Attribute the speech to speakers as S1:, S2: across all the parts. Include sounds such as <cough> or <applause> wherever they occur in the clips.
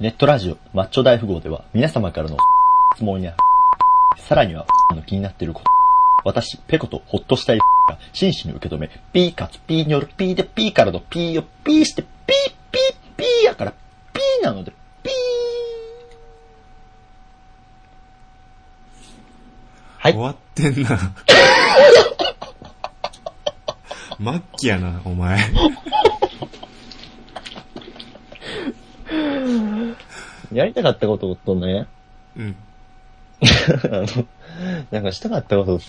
S1: ネットラジオ、マッチョ大富豪では、皆様からの質問や、さらには、の気になっていること、私、ペコとほっとしたいが真摯に受け止め、ピーかつピーによるピーでピーからのピーをピーして、ピーピーピーやから、ピーなので、ピーはい
S2: 終わってんな。末期やな、お前。
S1: やりたかったこととね、 <laughs>
S2: うん。
S1: あの、なんかしたかったこと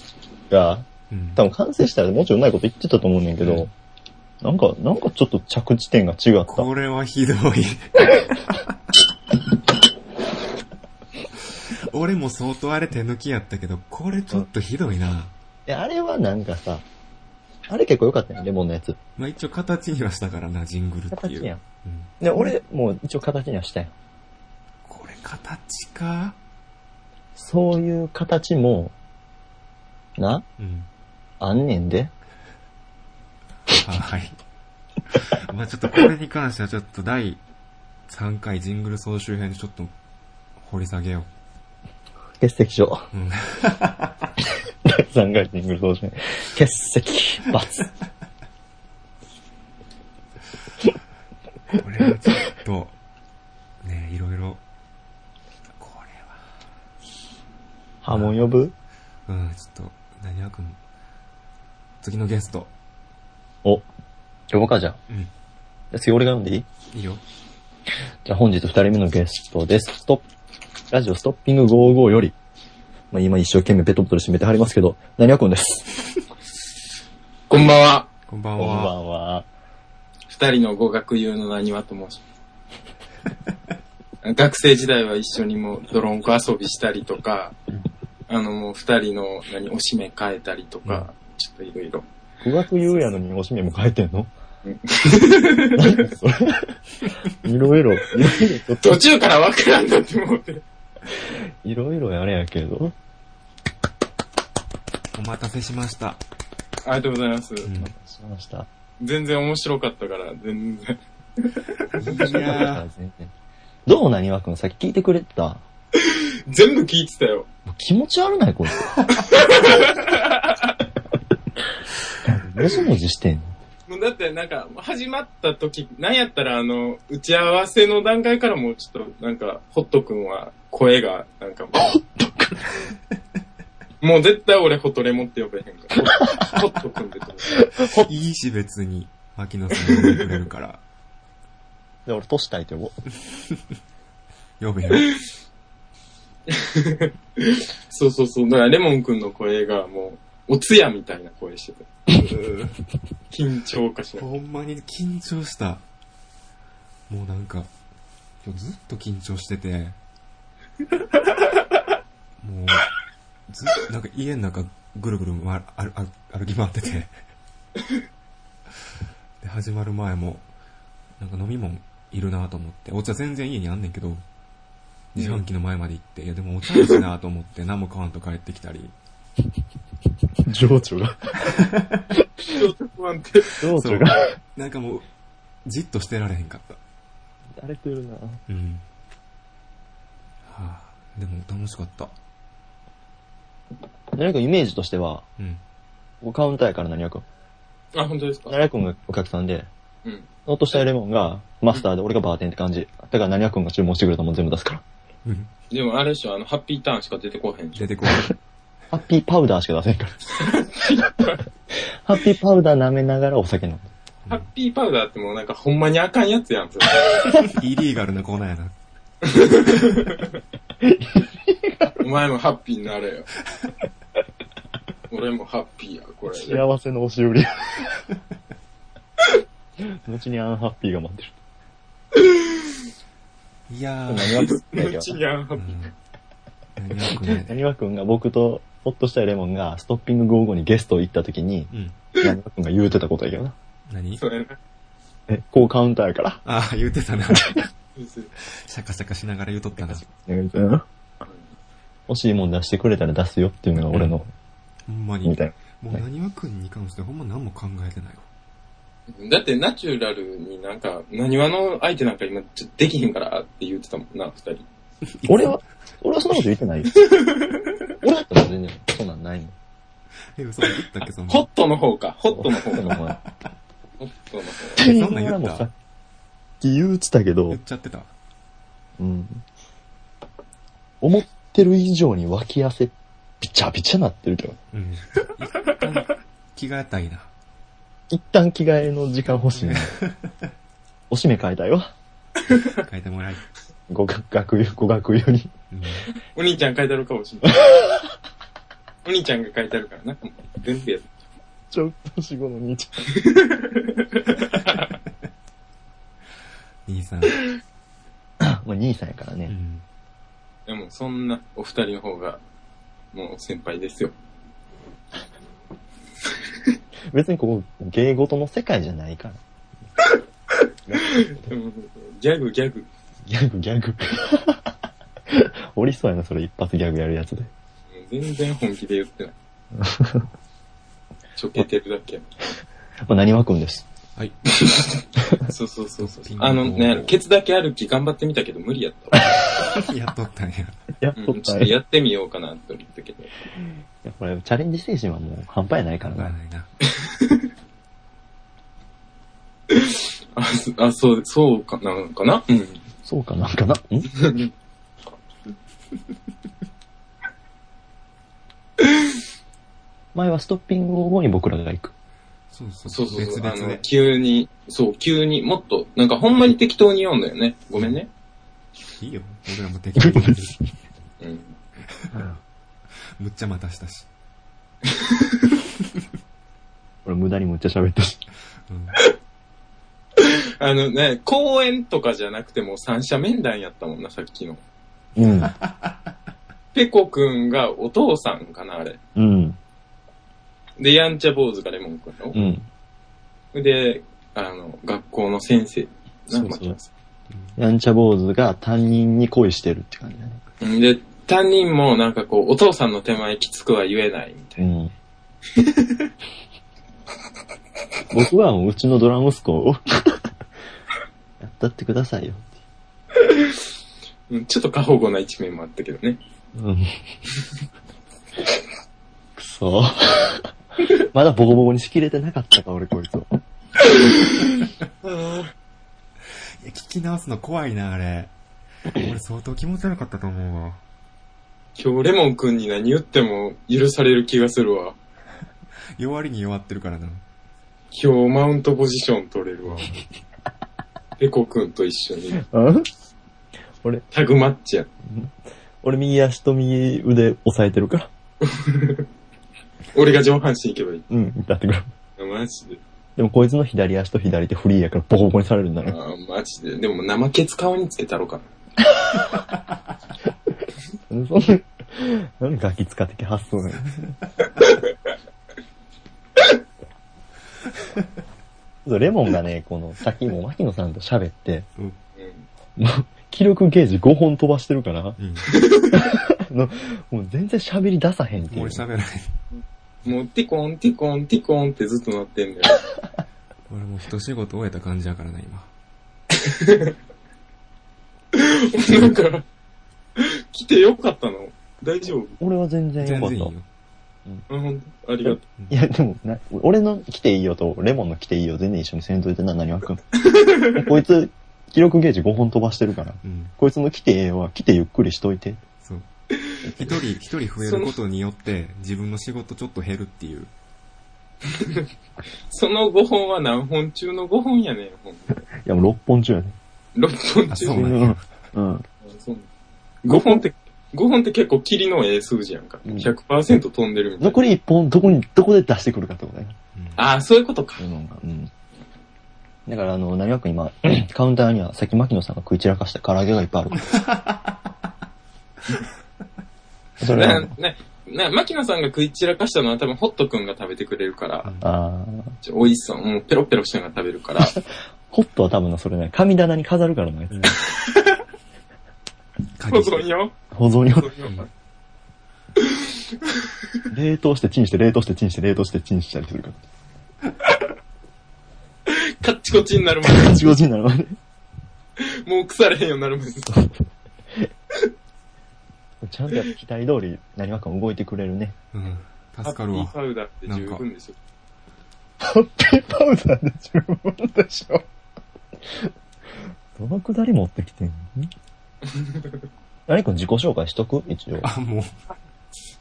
S1: が、
S2: うん。
S1: 多分完成したらもうちろんうまいこと言ってたと思うねんだけど、なんか、なんかちょっと着地点が違った。
S2: これはひどい。俺も相当あれ手抜きやったけど、これちょっとひどいな。
S1: えあれはなんかさ、あれ結構良かったよね、レモンのやつ。
S2: まあ一応形にはしたからな、ジングルっていう。
S1: 形やん。
S2: うん
S1: で、俺、もう一応形にはしたよ。
S2: これ形か
S1: そういう形も、な、
S2: うん。
S1: あんねんで。
S2: はい。まあちょっとこれに関してはちょっと第3回ジングル総集編でちょっと掘り下げよ
S1: 欠席書。
S2: う。う
S1: <laughs>
S2: ん。
S1: 第3回シングル同士欠席、罰。
S2: これはちょっと、ねいろいろ。こ
S1: 波紋呼ぶ
S2: れは。うん、ちょっと、何わくん。次のゲスト。
S1: お、呼ぼうか、じゃあ。
S2: うん。
S1: じゃあ次俺が読んでいい
S2: いいよ。
S1: じゃあ本日二人目のゲストです。ストップ、ラジオストッピング55より、まあ、今一生懸命ペトペトで締めてはりますけど、何はくんです。
S3: こんばんは。
S2: こんばん
S1: こん
S2: は。
S1: ばんは。
S3: 二人の語学友のなにわと申し
S2: <laughs>
S3: ます。学生時代は一緒にもう泥んこ遊びしたりとか、あのもう二人の何、おしめ変えたりとか、ちょっといろいろ。
S1: 語学優やのにおしめも書いて <laughs> んの何それいろいろ、いろいろちょっと、
S3: 途中からわからんだって思って。
S1: いろいろやれやけど。
S2: お待たせしました。
S3: ありがとうございます。
S2: うん。い
S1: しました。
S3: 全然面白かったから、全然。
S2: やー。
S1: どうなにわくんさっき聞いてくれてたも
S3: <laughs> 全部聞いてたよ。
S1: う気持ち悪ないこい <laughs> つ。もじもじしてんの
S3: もうだってなんか、始まった時、なんやったらあの、打ち合わせの段階からもうちょっと、なんか、ホット君は声が、なんかもう。ホット君もう絶対俺ホトレモって呼べへんから。ホット君って呼
S2: いいし別に、牧野さん呼んでくれるから。
S1: で、俺、年たいって呼ぼう。
S2: 呼べよ。
S3: べそうそうそう。だからレモン君の声がもう、お通夜みたいな声してた。緊張かしら。
S2: ほんまに緊張した。もうなんか、今日ずっと緊張してて、もう、ずっと、なんか家の中ぐるぐる回る歩歩歩き回ってて、で、始まる前も、なんか飲み物いるなと思って、お茶全然家にあんねんけど、自販機の前まで行って、いやでもお茶やしなと思って何も買わんと帰ってきたり、
S1: 情緒が。
S3: 緊張不安定。
S1: 情
S2: そ
S1: 緒
S2: う
S1: が。
S2: なんかもう、じっとしてられへんかった。
S1: 荒れてるな。
S2: うん。はあ、でも楽しかった。
S1: 何くんイメージとしては、
S2: うん。
S1: ここカウンターやから何やくん。
S3: あ、本当ですか
S1: 何やくんがお客さんで、
S3: うん。
S1: ノートしたいレモンがマスターで俺がバーテンって感じ。だから何やくんが注文してくれたもん全部出すから。
S2: うん。
S3: でもあれでしょ、あの、ハッピーターンしか出てこへんでし
S2: 出
S3: ょ。
S2: てこい。 <laughs>
S1: ハッピーパウダーしか出せんから。ハッピーパウダー舐めながらお酒飲む。
S3: ハッピーパウダーってもうなんかほんまにあかんやつやん、それ。
S2: イリーガルなコーナーやな。
S3: お前もハッピーになれよ。俺もハッピーや、これ。
S1: 幸せの押し売り。 <laughs> 後にアンハッピーが待ってる。
S2: いや
S1: 何
S2: ー。
S1: やくんやけ
S3: うち
S1: ど
S3: にゃんハ
S2: う
S3: ッピ
S2: ん。何やくね。
S1: 何わくんが僕とホッとしたいレモンがストッピング55にゲスト行った時に、
S2: うん。
S1: 何わくんが言うてたことやけどな。
S2: 何
S3: ー。それな。
S1: え、こうカウンターやから。
S2: ああ、言うてたな。 <laughs>
S3: うん
S2: シャカシャカしながら言うとったな。
S1: 欲しいもん出してくれたら出すよっていうのが俺の、
S2: ほんまに。
S1: みたい
S2: もう何はくんに関してほんま何も考えてないわ。
S3: だってナチュラルになんか、何話の相手なんか今ちょっとできへんからって言ってたもんな、二人。
S1: 俺は、俺はそんなこと言って <laughs> ないよ。俺だったら全然、そんなんないの。
S2: え、嘘言ったっけ、そんな
S3: ホ。ットの方か、ホットの方
S1: そん
S3: か、
S1: なもんは
S3: ホットの方。
S2: そんなん言った
S1: もさっき言うてたけど
S2: 言っ、ちゃってた。
S1: うん。思ってる以上に脇汗、びちゃびちゃなってるけど。
S2: うん。気がたいな。
S1: 一旦着替えの時間欲しいな。おしめ変えたいわ。
S2: 変えてもらい。
S1: 語学、学友、語学友に。 <laughs>
S2: うん。
S3: お兄ちゃん書いてあるかもしれない。お兄ちゃんが書いてあるからな。全部やる。
S1: ちょっと死後の兄ち
S2: 兄さん。
S1: ゃん。まあ兄さんやから
S2: う
S1: ね。
S2: ん。
S3: でもそんなお二人の方が、もう先輩ですよ。
S1: 別にここ、芸事の世界じゃないから。
S3: でもギャグギャグ。
S1: ギャグ、ギ <laughs> ャグ。おりそうやな、それ一発ギャグやるやつで。
S3: 全然本気で
S2: <laughs>
S3: 言ってない。ちょけてるだけ。
S1: まあ何はくんです。
S2: はい。
S3: そうそうそうそう。あのね、ケツだけ歩き頑張ってみたけど無理
S2: <laughs>
S3: やったわ。
S2: やっとったんや。
S1: やっ
S3: う
S1: とっ
S3: ん、ちょ
S1: た
S3: っと
S1: いや、
S3: やってみようかなって思ったけど。
S1: これ、チャレンジ精神はもう半端やないから
S2: わから
S1: な。
S2: ないな。
S3: あ、そあそう、そうかな、かなうん。
S1: そうかなんかな。ん <laughs> 前はストッピング後に僕らが行く。
S2: そうそう
S3: そうそう
S2: 別
S3: そう。あ
S2: 々
S3: の
S2: で、。
S3: 急に、そう、急にもっと、なんかほんまに適当に読んだよね。ごめんね。
S2: いいよ。僕らも適当にやってる。
S3: うん。
S2: むっちゃ待たしたし。
S1: 俺無駄にむっちゃ喋ったし。
S2: うん。
S3: あのね、公演とかじゃなくても三者面談やったもんな、さっきの。
S1: うん。
S3: ペコくんがお父さんかな、あれ。
S1: うん。で
S3: で、やんちゃ坊主がレモンくんやろ
S1: うん。
S3: で、あの、学校の先生。な
S1: そうそう
S3: ま
S1: やんちゃ坊主が担任に恋してるって感じだね。
S3: あうんで、担任もなんかこう、お父さんの手前きつくは言えないみたいな。
S1: ん。僕はもううちのドラ息子を、 <laughs> やったってくださいよっ
S3: うん、ちょっと過保護な一面もあったけどね。
S1: て。うん。くそ。 <laughs> まだボコボコにしきれてなかったか、俺こいつを。
S2: いや、聞き直すの怖いな、あれ。俺相当気持ち悪かったと思うわ。
S3: 今日レモンくんに何言っても許される気がするわ。
S2: 弱りに弱ってるからな。
S3: 今日マウントポジション取れ
S1: <laughs>
S3: るわ。ペコくんと一緒に
S1: うん俺、
S3: タグマッチや。
S1: 俺右足と右腕押さえてるから。
S3: 俺が上半身行けばいい。
S1: うん、だってくれ。
S3: マジで。
S1: でもこいつの左足と左手フリーやからボコボコにされるんだ
S3: あ
S1: な。
S3: ーマジで。でも生ケツ顔につけたろかな。
S1: そんな、なんかガキ使ってき発想なの。そうレモンがね、この、さっきも牧野さんと喋って、
S2: うん。
S3: うん。
S1: もう、気力ゲージ5本飛ばしてるから、あ
S2: うん。
S1: の、もう全然喋り出さへんってい
S2: 俺
S1: う。
S2: 喋らない。
S3: もうティコン、ティコン、ティコンってずっとなってんだよ。
S2: 俺もう一仕事終えた感じやからな、今。
S3: なんか、来てよかったの大丈夫
S1: 俺は全然
S2: 全
S1: 良かっ
S2: 然い
S1: た。
S2: い
S1: い
S2: よ。
S3: あ、ほんとありがと
S1: や、でもな、俺の来ていいよと、レモンの来ていいよ全然一緒にせんといてな、何わ
S2: <laughs>
S1: くん。こいつ、気力ゲージ5本飛ばしてるから、
S2: うん。
S1: こいつの来てええは、来てゆっくりしといて。
S2: そう。一人、一人増えることによって、自分の仕事ちょっと減るっていう。
S3: う。その5本は何本中の5本やねん、ほんま
S1: いや、もう6本中やね。
S3: 6本
S2: あ、
S3: 中
S2: そう
S3: の
S2: なんや。
S1: うん。
S3: 5本って、5本って結構霧のええ数字やんか。
S1: うん
S3: 100%飛んでるみたいな。
S1: 残り1本、どこに、どこで出してくるかってことだよ。
S2: うん
S3: ああ、そういうことか
S1: そう。いうのが。うん。だから、あの、何わくん今、 <clears throat> カウンターには、さっき牧野さんが食い散らかした唐揚げがいっぱいある
S2: <laughs>
S1: から。それは、
S3: ね、ね、ね、牧野さんが食い散らかしたのは多分ホットくんが食べてくれるから、
S1: あー
S3: ちょ美味しそう。もうペロペロしながら食べるから。
S1: ホットは多分な、それね、神棚に飾るからね。
S3: 保
S2: 鍵
S3: 存よ。
S1: 保存
S3: 保
S1: 用。
S3: 存よ
S1: 冷凍してチンして、冷凍してチンして、冷凍してチンしたりするから。
S3: カッチコチになるまで、
S1: 八五時になるまで。
S3: もう腐れへんようになるまで。
S1: ちゃんとやっぱ期待通り、何わかも動いてくれるね。
S2: うん。助かる
S3: ハッピー
S2: わ
S3: パ。ウダーって十分でしょ。
S1: ハッピーパウダーで十分でしょ。どのくだり持ってきてんの何くん自己紹介しとく一応。
S2: あ、もう、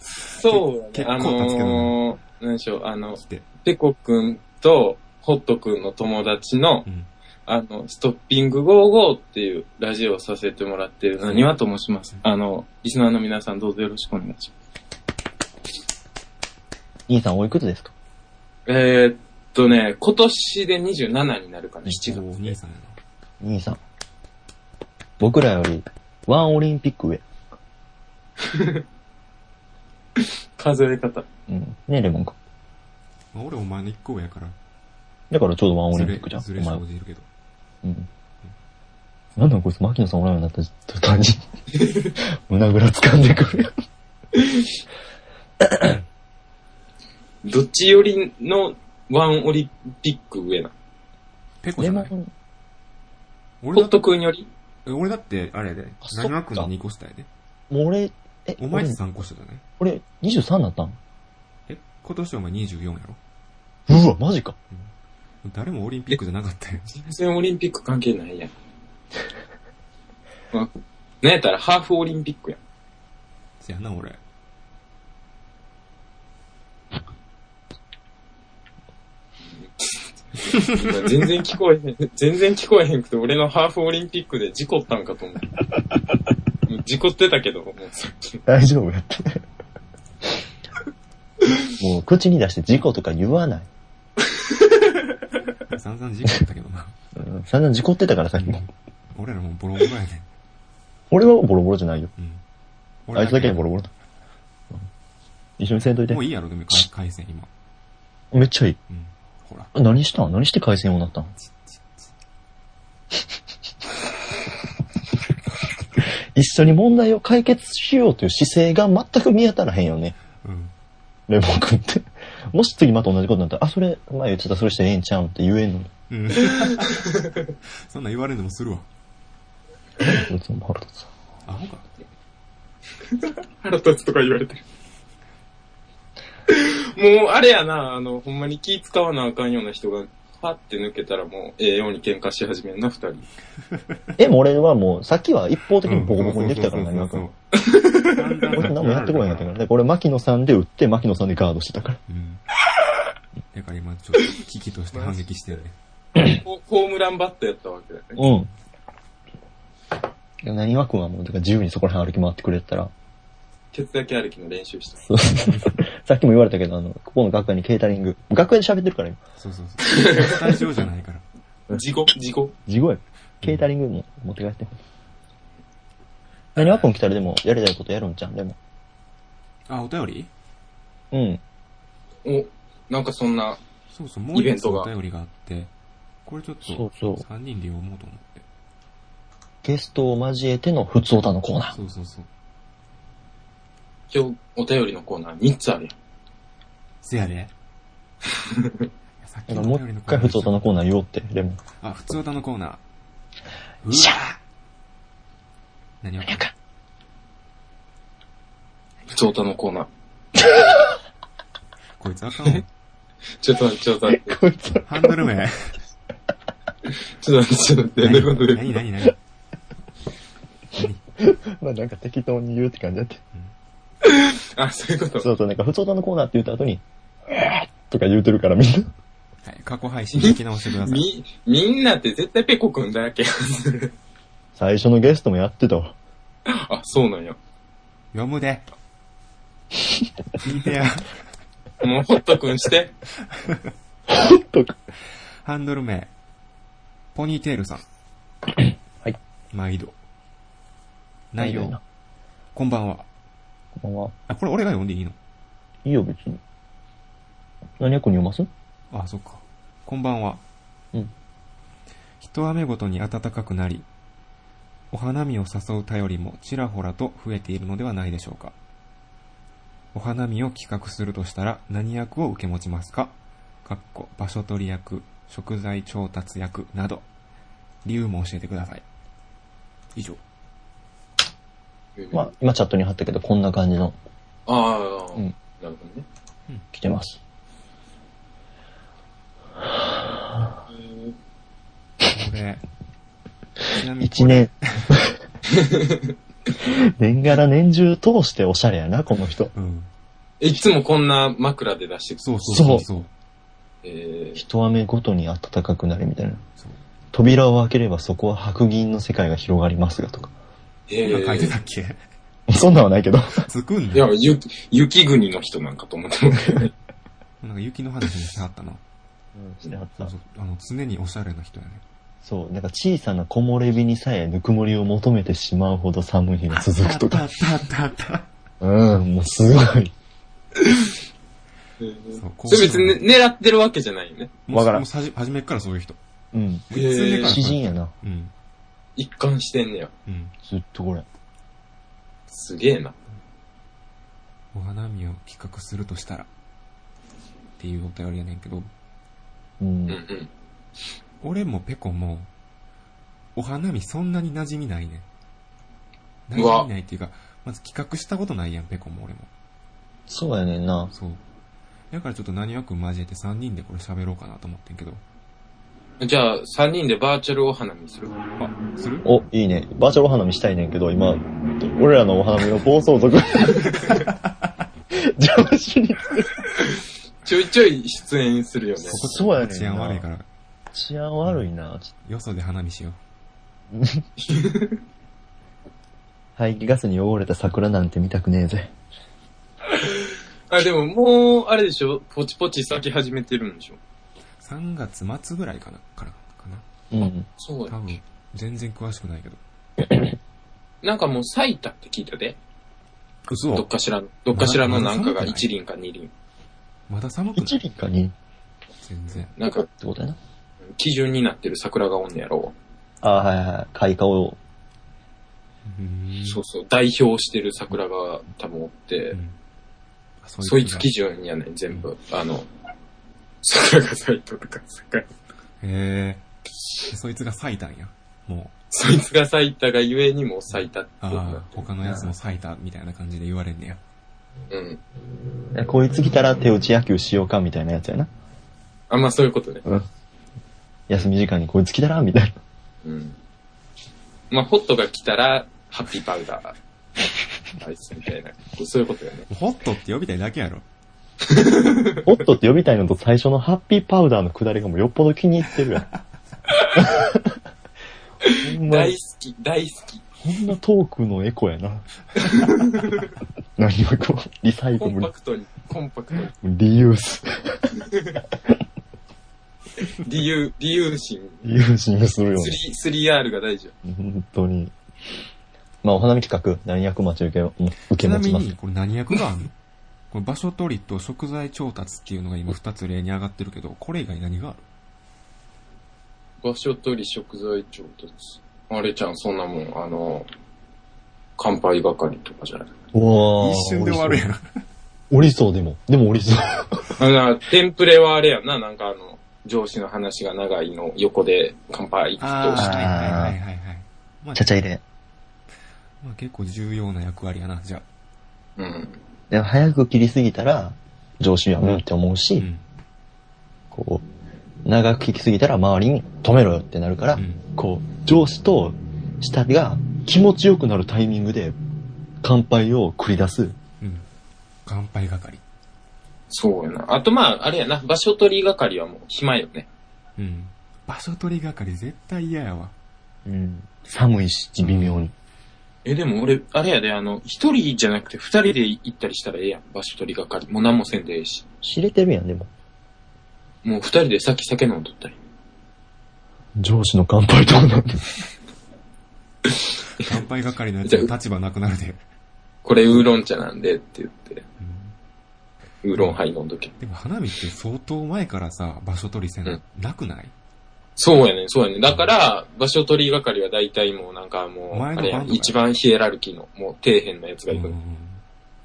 S3: そう
S2: 結
S3: だね。
S2: 構
S3: あ
S2: 立つけど
S3: のー、何でしょう、あの
S2: 来、て。
S3: ペコくんとホットくんの友達の
S2: う、ん。
S3: あの、ストッピング55っていうラジオをさせてもらってるのにはと申します。あの、リスナーの皆さんどうぞよろしくお願いします。
S1: 兄さんおいくつですか
S3: えーっとね、今年で27になるかな、7
S2: お
S3: 月
S2: 兄
S3: で。
S2: さんや
S1: 兄さん。僕らより、ワンオリンピック上。
S3: 数え方。
S1: うん。ねレモン君。
S2: な。まあ、俺お前の一個上やから。
S1: だからちょうどワンオリ
S2: ず
S1: ンピ
S2: れ
S1: ックじゃん。、
S2: ずれ
S1: お前
S2: 生。じるけど。
S1: うん。なんなんこいつ、牧野さんおらんようになった途端に、 <laughs> 胸ぐら掴んでくる。
S3: どっちよりのワンオリンピック上な。
S2: ペコじ
S1: レ
S2: ゃ
S1: モ
S2: ない
S1: ン、
S3: ホ
S2: 俺だ
S3: ット君より
S2: え俺だって、あれやで
S1: あ、そっか
S2: 何学の2個下やで。
S1: もう俺、え、
S2: お前って3個下じゃない
S1: 俺、俺23になったん
S2: え、今年お前24やろ
S1: うわ、マジか。
S2: 誰もオリンピックじゃなかったよ。
S3: 全然オリンピック関係ないやん。まあ、なんやったらハーフオリンピックやん。
S2: <laughs> せやな、俺。
S3: 今 <laughs> 全然聞こえへん、全然聞こえへんくて、俺のハーフオリンピックで事故ったんかと思う。もう事故ってたけど、もうさっき。
S1: 大丈夫やって。 <laughs> もう、口に出して事故とか言わない。
S2: 散々事故ったけどな。
S1: うん。散々事故ってたからさっきも。
S2: 俺らもうボロボロやね。
S1: 俺はボロボロじゃないよ。
S2: うん。
S1: あいつだけボロボロだ。うん一緒にせんといて
S2: もう。いいやろ、でも回回線今。
S1: めっちゃいい。
S2: うん。ほら。
S1: 何したん何して回線をなったん <laughs> 一緒に問題を解決しようという姿勢が全く見当たらへんよね。
S2: うん。
S1: レモン君って。もし次また同じことになったら、あ、それ、前言ってた、それしてええんちゃうんって言えんのに。
S2: うん。 <laughs> そんなん言われんでもするわ。
S1: こいつも腹立つ
S2: アホか。
S3: 腹立つとか言われてる。もう、あれやな、あの、ほんまに気使わなあかんような人が、パって抜けたらもう、ええように喧嘩し始めんな、二人。
S1: え、もう俺はもう、さっきは一方的にボコボコにできたから何
S2: な
S1: もかも。
S2: こ
S1: 俺何もやってこいなかったから。だから俺、牧野さんで打って、牧野さんでガードしてたから。
S2: うん。だから今ちょっと危機として反撃してるね。
S3: ホホームランバッターやったわけだよね。
S1: うん。何わくんはもう、だから自由にそこら辺歩き回ってくれてたら、
S3: ケツだけ歩きの練習した。
S1: そう <laughs> さっきも言われたけど、あの、ここの学会にケータリング。学会で喋ってるから今。
S2: そうそうそう。スタジオじゃないから。
S3: 事故事故
S1: 地声。ケータリングも持って帰って。何ワコン来たらでも、やりたいことやるんちゃうんでも。
S2: あ、お便り
S1: うん。
S3: お、なんかそんな、
S2: そうそう、もう
S3: イベ
S2: 一
S3: ン
S2: つ
S3: トが
S2: お便りがあって、これちょっ
S1: そう
S2: と、
S1: そう。
S2: 3人で読もうと思って。
S1: ゲストを交えての普通歌のコーナー。
S2: そうそうそう。
S3: 今日お便りのコーナー3つあるやん。
S2: せ
S1: <laughs>
S2: やで。さっ
S1: だ
S2: き
S1: からもう一回普通歌のコーナー言おうって、でも。
S2: あ、普通歌のコーナー。うわ
S1: しゃ
S2: 何を
S1: か
S3: 普通歌のコーナー。
S2: こいつあか
S1: <laughs>
S2: んわ。
S3: ちょっと待って、ちょっと待って、
S1: こいつら
S2: ハンドル名。
S3: ちょっと待って、ちょっと待って、どういうことです
S2: 何何
S3: か
S2: 何何
S1: まあなんか適当に言うって感じだって。
S3: あ、そういうこと。
S1: そうそう、なんか普通歌のコーナーって言った後に、えーとか言うてるからみんな。
S2: はい、過去配信聞き直してください。
S3: み、みんなって絶対ペコくんだけ。
S1: 最初のゲストもやってたわ。
S3: あ、そうなんや。
S2: 読
S1: <laughs>
S2: むで。聞いてや。
S3: もうホットく
S2: <laughs>
S3: んして。
S1: とか。
S2: ハンドル名。ポニーテールさん。
S1: <coughs> はい。
S2: 毎度。内容。こんばんは。
S1: こんばんは。
S2: あ、これ俺が読んでいいの
S1: いいよ、別に。何役に読ます
S2: あ、そっか。こんばんは。
S1: うん。
S2: 一雨ごとに暖かくなり、お花見を誘う便りもちらほらと増えているのではないでしょうか。お花見を企画するとしたら何役を受け持ちますかかっこ場所取り役、食材調達役など、理由も教えてください。以上。
S1: まあ、今チャットに貼ったけど、こんな感じの
S3: あ、ああ、
S1: うん
S3: なるほどね。
S1: 来てます。
S2: これ、ちなみにこ
S1: 一
S2: れ、
S1: 年。年がら年中通しておしゃれやな、この人。
S2: うん。
S3: いつもこんな枕で出してくる。
S2: そうそうそうそう。
S3: えー、
S1: 一雨ごとに暖かくなるみたいな。
S2: そう
S1: 扉を開ければそこは白銀の世界が広がりますがとか。
S3: え
S2: 今書いて
S3: ー、
S2: たっ
S1: <laughs>
S2: け
S1: そんなんはないけど。
S2: つくん
S3: いや
S2: だ。、
S3: ゆ、雪国の人なんかと思ってますけどね。
S2: なんか雪の話にしてはったな。
S1: してはっ
S2: そう
S1: た
S2: そう。あの、常におしゃれな人やね。
S1: そう、なんか小さな木漏れ日にさえぬくもりを求めてしまうほど寒い日が続くと
S2: あ
S1: か
S2: っ。たあったあったあっ
S1: うん、もうすごい。
S2: た。そう、こ
S3: それ別に、ね、狙ってるわけじゃないよね。
S2: もう
S1: わからん
S2: もうさじ、初めっからそういう人。も
S1: うん。
S2: ういつでから
S1: 詩人やな。
S2: うん。
S3: 一貫してんねや。
S2: うん。
S1: ずっとこれ。
S3: すげえな。
S2: お花見を企画するとしたら、っていうお便りやねんけど、
S1: う。
S3: うんうんん。
S2: 俺もペコも、お花見そんなに馴染みないね。馴
S3: うわ
S2: 染みないっていうか、まず企画したことないやん、ペコも俺も。
S1: そうやねんな。
S2: そう。だからちょっと何く交えて3人でこれ喋ろうかなと思ってんけど。
S3: じゃあ、三人でバーチャルお花見する。
S2: あ、する
S1: お、いいね。バーチャルお花見したいねんけど、今、俺らのお花見を暴走族が邪魔しに来てる。
S3: ちょいちょい出演するよね。
S1: そうやねんな
S2: 治安悪いから、
S1: 治安悪いな。ちょっ
S2: よそで花見しよう。
S1: と排気ガスに汚れた桜なんて見たくねえぜ。
S3: あ、でももう、あれでしょポチポチ咲き始めてるんでしょ
S2: 3月末ぐらいかな、からかな。
S1: うん。
S3: そう
S2: 多分、全然詳しくないけど。
S3: なんかもう咲いたって聞いたで。どっ
S2: 嘘
S3: かしらの、どっかしらのなんかが一輪か二輪。
S2: まだ寒くな
S1: 一
S2: い
S1: 輪か二輪っ
S2: 全然。
S3: なんか、
S1: てことやな。
S3: 基準になってる桜がおんねやろ。
S1: ああ、はいはい。開花を。
S2: うーん
S3: そうそう、代表してる桜が多分おっ
S2: う
S3: て、
S2: んあそ
S3: そい
S2: つ
S3: つ
S2: が
S3: 基準やねん、全部。あの、桜が咲いたとか、桜が
S2: へえ。そいつが咲いたんや。も
S3: そいつが咲いたがゆえにもう咲いたって
S2: う、
S3: ことにな
S2: あ
S3: っ
S2: あ、他のやつも咲いたみたいな感じで言われんねや。
S3: てる。うん。
S1: えこいつ来たら手打ち野球しようかみたいなやつやな。
S3: あ、まあそういうことね。
S1: うん。休み時間にこいつ来たらみたいな。
S3: うん。まあ、ホットが来たら、ハッピーパウダー。アイスみたいな。そういうことよね。
S2: ホットって呼びたいだけやろ。
S1: ホットって呼びたいのと最初のハッピーパウダーのくだりがもうよっぽど気に入ってるやん。ほ <laughs> んま
S3: 大好き、大好き。
S1: こんなトークのエコやな。何もこう、リサイク
S3: コン
S1: ル
S3: パ、クトに、コンパクトに。
S1: リユース、
S3: 理由、理由心。
S1: リユーシングするよね。
S3: 3R が大事よ。
S1: 本当に。まあ、お花見企画、何役待ち受けを、うん受け
S2: ちな
S1: 持
S2: み
S1: ちます
S2: に、。これ何役があんのこれ場所取りと食材調達っていうのが今二つ例に上がってるけど、これ以外何がある
S3: 場所取り、食材調達。あれちゃん、そんなもん、あの、乾杯係とかじゃない。
S1: うわー
S2: 一瞬で終わるやん。
S1: おりそう、おりそうでも。でもおりそう。
S3: あの、テンプレはあれやんな、なんかあの、上司の話が長いの横で乾杯
S2: あ
S3: と
S2: あ、
S3: し
S2: は
S3: て。
S2: いはいはいはいはい。まあ
S1: ちゃちゃ入れ。
S2: まあ結構重要な役割やな、じゃあ。
S3: うん。
S1: でも早く切りすぎたら、上司はうんって思うし、
S2: うん。
S1: こう、長く聞きすぎたら周りに止めろよってなるから、
S2: うん
S1: こう、上司と下が気持ちよくなるタイミングで乾杯を繰り出す。
S2: うん。乾杯係。
S3: そうやな。あと、まあ、あれやな、場所取り係はもう暇よね。
S2: うん。場所取り係絶対嫌や <laughs> わ。
S1: 寒いし、微妙に。
S3: え、でも俺、あれやで、あの、一人じゃなくて二人で行ったりしたらええやん。場所取り係。もう何もせんでええし。
S1: 知れてるやん、でも。
S3: もう二人で先酒飲んどったり。
S1: 上司の乾杯どうなんで
S2: 乾杯係のやつも立場なくなるで。
S3: これウーロン茶なんでって言って、
S2: うん
S3: ウーロンハイ飲んどけ。
S2: でも花火って相当前からさ、場所取りせ
S3: うんん
S2: なくない
S3: そうやねん、そうやねん。だから、場所取り係は大体もうなんかもう、
S2: 前
S3: あ
S2: の
S3: れや
S2: 番
S3: ん、
S2: 組
S3: 一番ヒエラルキーの、もう底辺のやつ
S2: う
S3: が行くの。
S2: ん。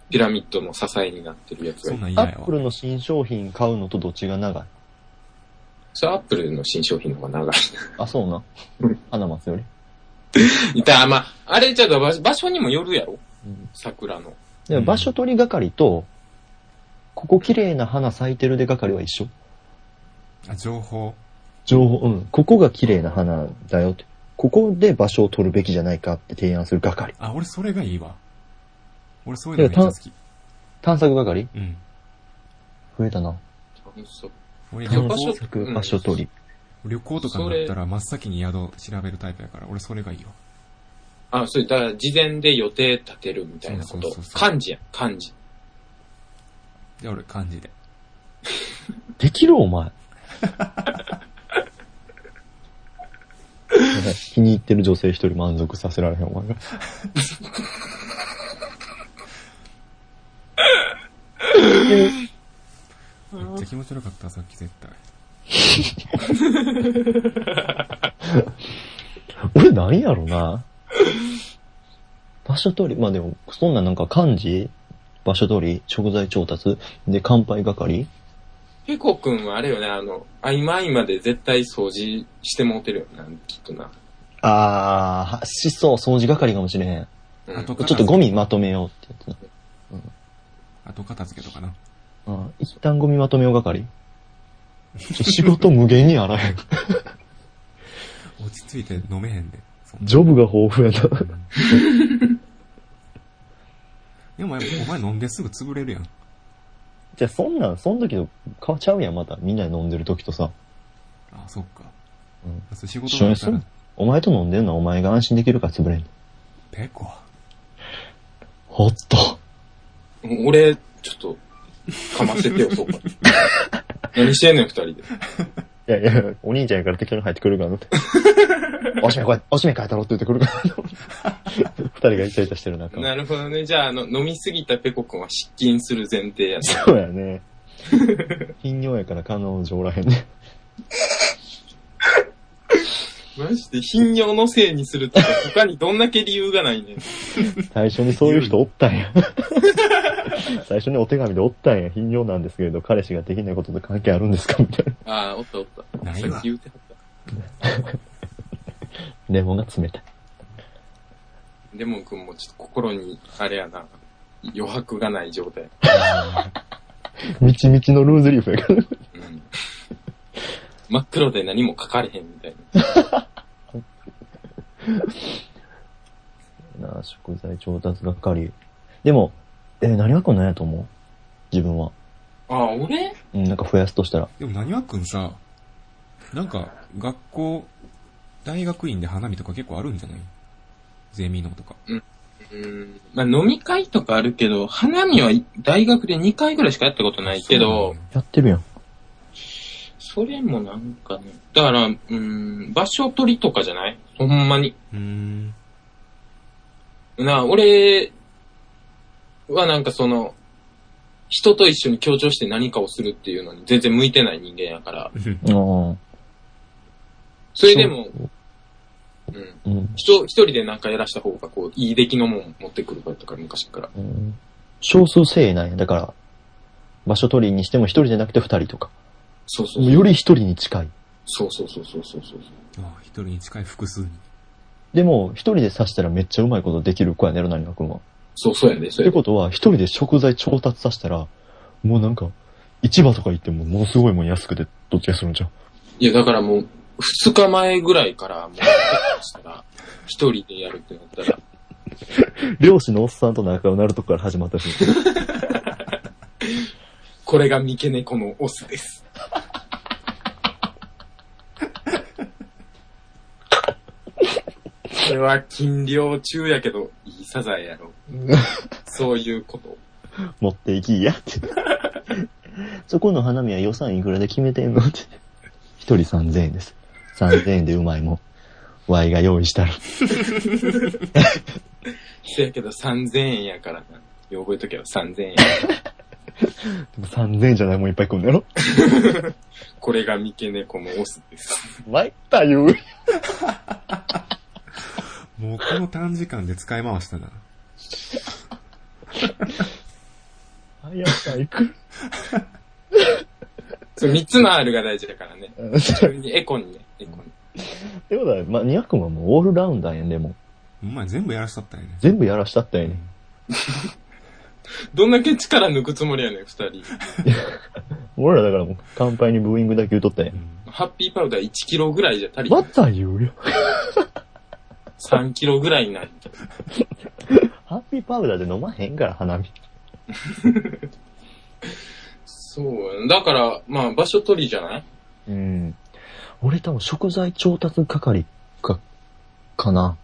S3: ピラミッドの支えになってるやつが
S2: そ
S3: 行
S2: ん
S3: く。
S2: なん
S1: <laughs> ア
S2: 嫌や
S1: ップ
S2: わ。
S1: ルの新商品買うのとどっちが長い
S3: それアップルの新商品の方が長い。
S1: あ、そうな
S3: うん。
S1: 花松より。
S3: だからまあ、あれちょっと場場所にもよるやろ
S1: うん
S3: 桜の。
S1: でも場所取り係と、ここ綺麗な花咲いてるで係は一緒。
S2: あ、情報。
S1: 情報、うん。ここが綺麗な花だよって。ここで場所を取るべきじゃないかって提案する係。
S2: あ、俺それがいいわ。俺そういうのめっちゃ好き。
S1: 探索係
S2: うん。
S1: 増えたな。
S2: 俺旅
S1: 探
S2: 行、
S3: 所
S1: 索場所取り。
S2: 旅行とかになったら真っ先に宿調べるタイプやから、俺それがいいわ。
S3: あ、それ、だから事前で予定立てるみたいなこ
S2: そ
S3: と
S2: うそうそう。そう
S3: 漢字やん、漢字。
S2: じゃあ俺漢字で。
S1: できるお前。 <laughs> なんか気に入ってる女性一人満足させられへんお前が。
S2: めっちゃ気持ち悪かった、さっき絶対。
S1: <laughs> 俺何やろな。場所取り、まあでも、そんななんか漢字、場所取り、食材調達、で乾杯係
S3: ペコくんはあれよね、あの、合間合間で絶対掃除してもうてるよな、きっとな。
S1: あー、しそう、掃除係かもしれへん。
S3: うん
S2: あと
S1: ちょっとゴミまとめようってやつな。
S2: 後片付けとかな。
S1: うん一旦ゴミまとめよう <laughs> 係ちょ仕事無限にあらへん。
S2: 落ち着いて飲めへんで。そんな
S1: ジョブが豊富やな。
S2: でもやっぱお前飲んですぐ潰れるやん。
S1: じゃあそんなん、そん時と変わっちゃうやん、また。みんなで飲んでる時とさ。
S2: あ、そっか。
S1: うん
S2: そう仕
S1: 一
S2: 事
S1: 緒
S2: だ
S1: に
S2: った
S1: する
S2: ら、
S1: お前と飲んでんのはお前が安心できるから潰れん。
S2: ペコ。
S1: ほっと。
S3: 俺、ちょっと、かませてよ、
S2: <laughs>
S3: そこ。何してんねん、二人で。
S1: いやいや、お兄ちゃんやから適当に入ってくる <laughs> からなって。おしめこい、おしめ変えたろって言ってくるから <laughs> な。二人がイチャイチャしてる中。
S3: なるほどね。じゃあ、あの、飲みすぎたペコくんは失禁する前提やね。
S1: そうやね。頻尿やから彼女おらへんね。
S3: マジで頻尿のせいにするとか、他にどんだけ理由がないねん。
S1: 最初にそういう人おったん <laughs> や。最初にお手紙でおったんや。頻尿なんですけれど、彼氏ができないことと関係あるんですかみたいな。
S3: ああ、おったおった。
S2: ない
S3: さ
S2: わ
S3: っき言うてはった。
S1: レモンが冷たい。
S3: レモンくんもちょっと心に、あれやな、余白がない状態。
S1: みちみちのルーズリーフやから。
S3: うん。真っ黒で何も書かれへんみたいな。
S1: なあ食材調達係。でも、えー何がこんなんやと思う自分は。
S3: あ、俺
S1: うん、なんか増やすとしたら。
S2: でも何わくんさ、なんか、学校、大学院で花見とか結構あるんじゃないゼミのとか。
S3: うん。まあ、飲み会とかあるけど、花見はい大学で2回ぐらいしかやったことないけど、
S1: やってるやん。
S3: それもなんかね、だから、うん、場所取りとかじゃないほんまに。
S2: そうなんや、うーん。
S3: な、俺はなんかその、人と一緒に協調して何かをするっていうのに全然向いてない人間やから、
S1: ああ。
S3: それでも、うん。
S1: うん。
S3: 人、一人でなんかやらした方がこう、いい出来のもん持ってくるからとから、昔から。
S1: うん少数精鋭なんや。だから、場所取りにしても一人じゃなくて二人とか。
S3: そうそうそう。
S1: より一人に近い。
S3: そうそうそうそうそうそう。
S2: あ一人に近い複数に。
S1: でも、一人で刺したらめっちゃうまいことできる子やねるなにわくんは。っ
S3: そうそうやで、そう
S1: て
S3: やで。
S1: ことは、一人で食材調達さしたら、もうなんか、市場とか行ってもものすごいもん安くてどっちがするんじゃん。
S3: いや、だからもう、二日前ぐらいから、もう、したら、一人でやるってなったら、
S1: <laughs> 漁師のおっさんと仲良くなるとこから始まったし。
S3: これが三毛猫のオスです。これは禁漁中やけど、いいサザエ
S1: <laughs>
S3: やろ。そういうこと。
S1: 持っていきや <laughs> って。そこの花見は予算いくらで決めてんのって。 <laughs> 一人3000円です。3000円でうまいもん。ワイが用意したら。
S3: せやけど3000円やからな。よう覚えとけよ、3000円。
S1: でも3000円じゃないもんいっぱい来るんだろ <laughs>
S3: これが三毛猫のオスです。
S1: 参ったよ。
S2: もうこの短時間で使い回したな。
S1: <laughs> 早く行く。
S3: そう、三つの R が大事だからね。
S1: うんそ
S3: 普通にエコにね、エコに。
S1: ういうことだね。まあ、ニワ君はもうオールラウンダーやんで、もう
S2: お前全部やらしたったよね。
S1: 全部やらしたったんやね。
S3: どんだけ力抜くつもりやねん、二人。
S1: 俺らだからもう乾杯にブーイングだけ言うとったんや
S2: う。ん
S3: ハッピーパウダー1キロぐらいじゃ足りな
S1: ま
S3: い。
S1: た言うよ。
S3: 3キロぐらいになる。
S1: ハッピーパウダーで飲まへんから、花見。
S3: そうやね。だから、まあ、場所取りじゃない
S1: うん。俺多分食材調達係か、かな。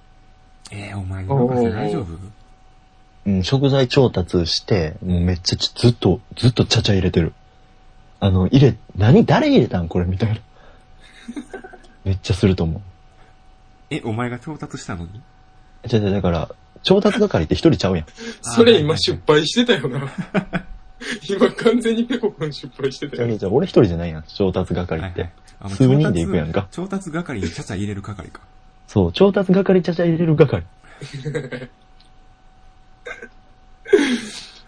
S2: えー、お前、今から大丈夫
S1: うん、食材調達して、もうめっちゃちずっと、ずっとちゃちゃ入れてる。あの、入れ、何誰入れたんこれみたい
S2: <laughs>
S1: な。めっちゃすると思
S2: え、お前が調達したのに
S1: う。じゃじゃだから、調達係って一人ちゃうやん。
S3: それ今失敗してたよ
S2: <laughs>
S3: な。今完全にペコ君失敗してた
S1: じゃ
S3: よ。
S1: じゃ俺一人じゃないやん、調達係って。
S2: あの
S1: 数人で行くやんか
S2: 調達調達係にちゃちゃ入れる係か。
S1: そう、調達係ちゃちゃ入れる係。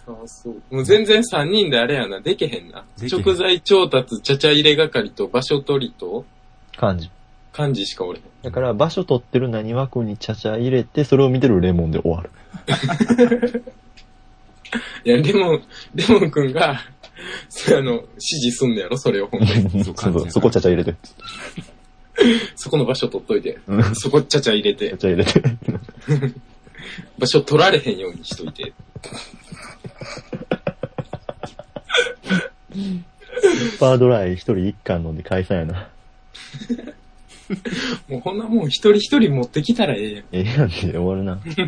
S3: あそう。もう全然3人であれやな、でけへんな。
S2: でけへん
S3: 食材調達、ちゃちゃ入れ係と場所取りと、
S1: 感じ。
S3: 漢字しかおれへん。
S1: だから、場所取ってる何枠にちゃちゃ入れて、それを見てるレモンで終わる。
S3: いや、レモン、レモン君が、それあの、指示すんのやろ、それを。
S2: そ
S1: そう <laughs> う
S2: 感じ
S1: そうそこちゃちゃ入れて。
S3: そこの場所取っといて。
S1: うん
S3: そこちゃちゃ入れ
S1: ちゃ
S3: て、
S1: ちゃ入れて。
S3: 場所取られへんようにしといて。
S1: パードライ一人一貫飲んで解散やな。
S3: もうこんなもん一人一人持ってきたらええやん。
S1: ええやんけ、終わるな。
S2: 確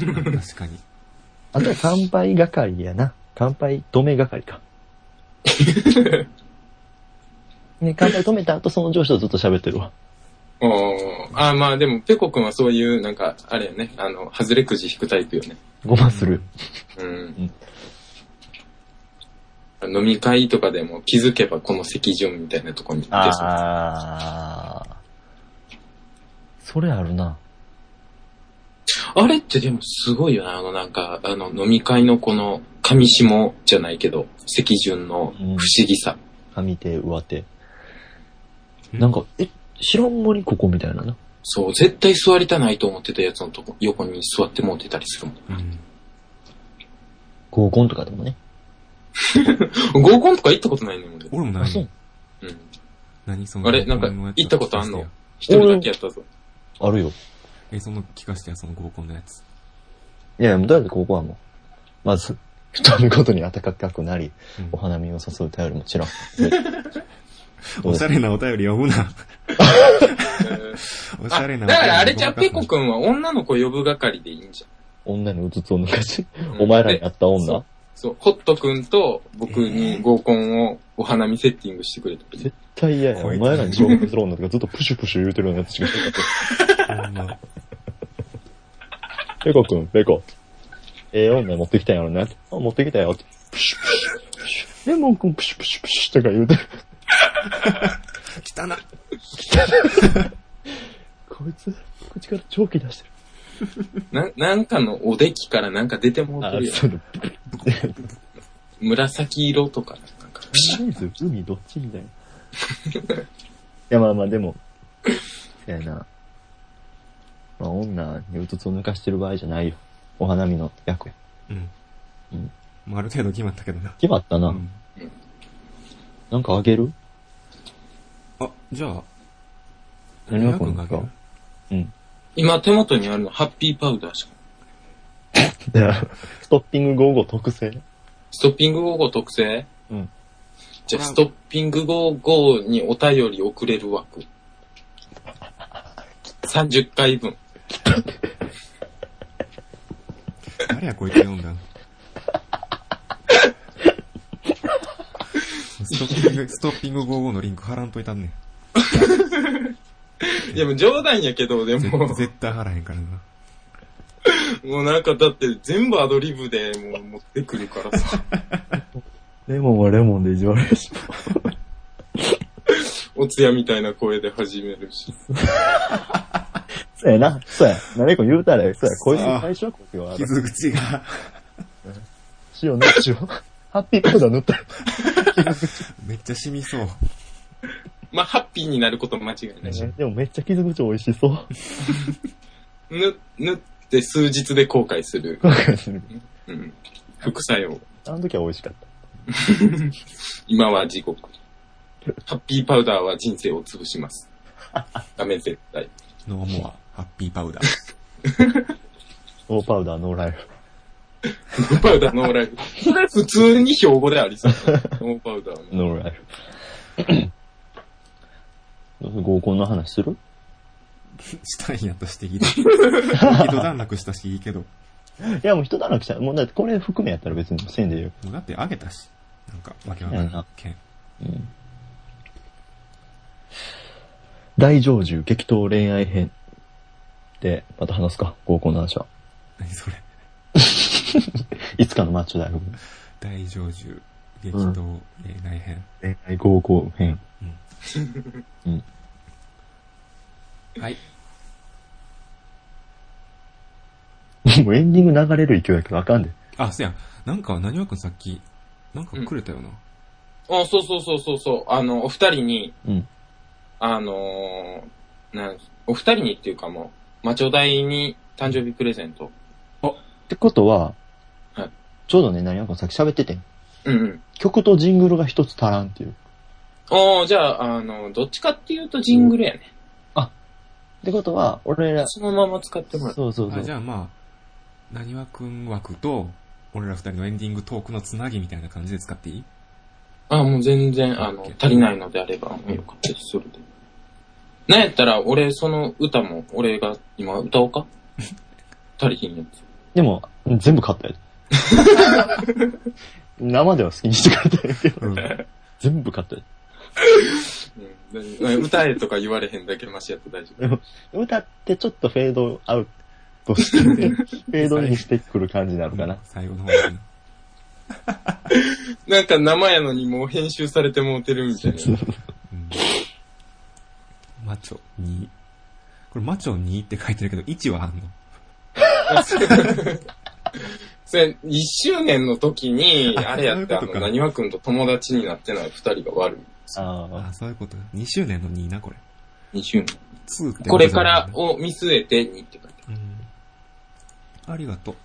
S2: かに。
S1: あとは乾杯係やな。乾杯止め係 <laughs> か。ね、乾杯止めた後、その上司とずっと喋ってるわ。
S3: おーあーまあでも、ペコくんはそういう、なんか、あれよね、あの、外れくじ引くタイプよね。
S1: ごまする。
S3: うん。飲み会とかでも気づけばこの席順みたいなとこに行ってそう
S1: あー。それあるな。
S3: あれってでもすごいよな、あのなんか、あの飲み会のこの、上下じゃないけど、席順の不思議さ。
S1: 上手、上手。
S2: ん
S1: なんか、え、知らん間にここみたいなな。
S3: そう、絶対座りたないと思ってたやつのとこ、横に座ってもうてたりするもん。
S2: うん。
S1: 合コンとかでもね。
S3: 合コンとか行ったことないねん、俺。
S2: 俺も
S1: あ
S2: な
S1: そう
S2: い。
S3: うん。
S2: 何その
S3: あれなんか行ったことあんの一人だけやったぞ。
S1: あるよ。
S2: え、その聞かしてや、その合コンのやつ。
S1: いや、もうとりあえずここはもう、まず、人のことに温かくなり、
S2: うん
S1: お花見を誘う頼りもちろん。 <laughs>
S2: おしゃれなお便り読む
S3: <laughs>
S2: な。おしゃれなお便り
S3: だからあれじゃあ、ペコ
S2: ん。
S3: くんは女の子呼ぶ係でいいんじ
S1: 女にうつつを抜かし、
S3: ゃん。
S1: お前らに
S3: で
S1: 会った
S3: そ
S1: 女
S3: う、そう、ホットくんと僕に合コンをお花見セッティングしてくれた。
S1: 絶対嫌や。
S2: こい
S1: お
S2: つ
S1: 前らに情報する女とかずっとプシュプシュ言うてるようなやつしかいなかっ
S2: ほんま
S1: <laughs> た。ペコくん、ペコ。ええ女持ってきたんやろな。あ、持ってきたよって。プシュプシュプシュ。レモンくんプシュプシュプシュとか言うてる。
S2: 汚っ
S1: こいつ、口から蒸気出してる。
S3: ななんかのおできからなんか出てもうて
S1: あ
S3: るよ、。
S1: そうだ。
S3: 紫色とか、なんか。
S1: とりあえず海どっちみたいな。いや、まあまあ、でも、そうやな。まあ、女にうつつを抜かしてる場合じゃないよ。お花見の役や。
S2: うん
S1: うん。
S2: まあある程度決まったけどな。
S1: 決まったな。
S2: うん
S1: なんかあげる
S2: あ、じゃあ、
S1: 何が
S2: くんがあげる
S1: こうん。
S3: 今手元にあるのハッピーパウダーしか。
S1: だから、 <laughs> ストッピング55特製。
S3: ストッピング55特製
S1: うん。
S3: じゃあ、ストッピング55にお便り送れる <laughs> 枠。30回分。
S2: 誰やこいつ読んだ
S3: <laughs>
S2: のストッピング、ストッピング55のリンク貼らんといたんねん。
S3: いや、もう冗談やけど、で
S2: ぜ
S3: も、
S2: 絶対貼らへんから
S3: <laughs>
S2: な。
S3: もうなんかだって全部アドリブでもう持ってくるから <laughs> さ、
S1: レモンはレモンで意地悪いし。
S3: おつやみたいな声で始めるし。
S1: そうやな。そうや。何か言うたらええ、そうや。こいつ
S2: さあ
S1: 最初はこいつは、
S2: 傷口が、
S1: 塩ね、塩。ハッピーパウダー塗ったら。
S2: めっちゃ染みそう。
S3: まあ、ハッピーになること間違いないし。
S1: でもめっちゃ傷口美味しそう。
S3: ぬ、縫って数日で後悔する。
S1: 後悔する
S3: うん。副作用。
S1: あの時は美味しかった。
S3: 今は地獄。ハッピーパウダーは人生を潰し <laughs> ます。ダメ絶対。
S2: ノーモア、ハッピーパウダー。
S1: ノーパウダー、ノーライフ。
S3: ノーパウダーノーライフ。それ <laughs> 普通に標語であり <laughs> そう。ノーパウダーの。
S1: ノーライフ。 <coughs> 合コンの話する
S2: したいんやったしていいで。一段落したしいいけど。
S1: いや、もう人だらけした。もうだってこれ含めやったら別にせんでいいよ。
S2: もうだってあげたし。なんか、わけわから
S1: いや
S2: ん
S1: な。
S2: けん。
S1: 大成就激闘恋愛編で、また話すか、合コンの話は。
S2: 何それ。
S1: いつかのマッチョ大富豪。
S2: 大成就、激闘、えー内編。
S1: 恋愛合コン編。
S2: はい。
S1: もうエンディング流れる勢いだけどあかんで。
S2: あ、そうやん。なんか、何わくんさっき、なんかくれたよな。
S3: あ、そうそうそうそうそう。あの、お二人に、
S1: うん。
S3: あのーなん、お二人にっていうかもう、マチョ大に誕生日プレゼント。
S1: ってことは、
S3: はい
S1: ちょうどね、何やかんさっき喋っててん。
S3: うんうん。
S1: 曲とジングルが一つ足らんっていう。
S3: おー、じゃあ、あの、どっちかっていうとジングルやね。
S1: ってことは、俺ら、そ
S3: そのまま使ってもら
S1: う
S3: う。
S1: そうそう。
S2: あじゃあまあ、なにわくん枠と、俺ら二人のエンディングトークのつなぎみたいな感じで使っていい
S3: あ、もう全然、あの、足りないのであれば、もうよかったです、それで。なんやったら、俺、その歌も、俺が今歌おう <laughs> か足りひんやつ。
S1: でも、全部買ったよ。
S2: <laughs>
S1: 生では好きにしてくれたんやけど、
S2: うん。
S1: 全部買ったよ。
S3: うん、歌えとか言われへんだけマシやと大丈夫。
S1: 歌ってちょっとフェードアウト <laughs> してて、フェードインしてくる感じになるかな。
S2: 最後の方に。
S3: なんか生やのにもう編集されてもうてるみたいな。
S2: うんマチョ2。これマチョ2って書いてるけど、1はあんの。
S3: それ、一周年の時に、
S2: あ
S3: あれやって、あ
S2: そういうこと
S3: の、
S2: か
S3: なにわくんと友達になってない二人が悪
S1: あ
S2: あ、そういうこと。2周年の2な、これ。
S3: い。二周年。
S2: 2ってことじゃない
S3: これからを見据えてにって書いて
S2: うん。ありがとう。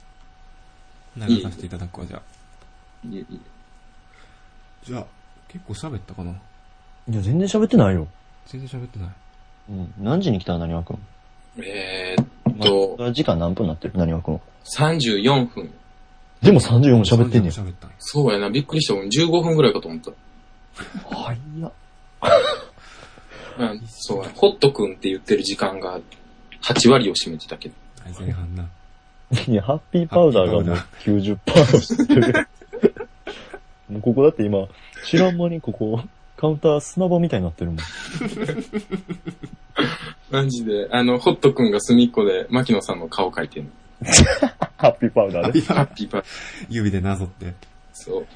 S2: 流させていただくわ、じゃあ。
S3: あるいえい
S2: じゃあ、結構喋ったかな
S1: あ。いや、全然喋ってないよ。
S2: 全然喋ってない。
S1: うん。何時に来たなにわくん。
S3: え。えーっと、
S1: 時間何分になってるなにわくん。
S3: 34分。
S1: でも34分喋ってんねん。
S2: 喋ったんや
S3: そうやな、びっくりした。15分ぐらいかと思った。
S1: はいや。
S3: うん、そうや。ホットくんって言ってる時間が8割を占めてたけど。
S2: はい前半な。 <laughs>
S1: いや、ハッピーパウダーがもう
S2: ハ
S1: 90%して <laughs> る。もうここだって今、知らん間にここ、カウンター砂場みたいになってるもん。
S3: マジで、あの、ホットくんが隅っこで、牧野さんの顔描いてるの。
S1: ハッピーパウダーで。
S3: ハッピーパー。
S2: 指でなぞって。
S3: そう。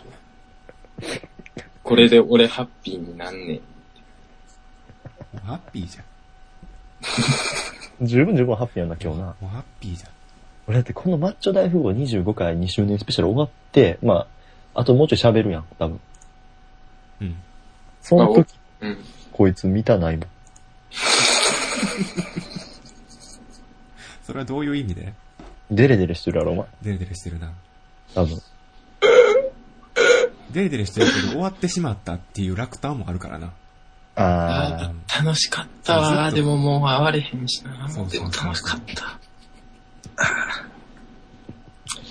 S3: これで俺ハッピーになんねえ。
S2: もうハッピーじゃん。
S1: 十分十分ハッピーやんな、今日な。
S2: もうハッピーじゃん。
S1: 俺だってこのマッチョ大富豪25回2周年スペシャル終わって、まあ、あともうちょい喋るやん、多分。
S2: うん。
S1: その時、
S3: うん。
S1: こいつ見たないもん。
S2: それはどういう意味で
S1: デレデレしてるやろ、お前。
S2: デレデレしてるな。
S1: 多分。
S2: デレデレしてるけど、終わってしまったっていう落胆もあるから
S3: <laughs>
S2: な。
S1: あ
S3: 楽しかったわ。
S2: ずっと
S3: でももう会われへんしな。
S2: そうそうそう
S3: でも楽しかった。あー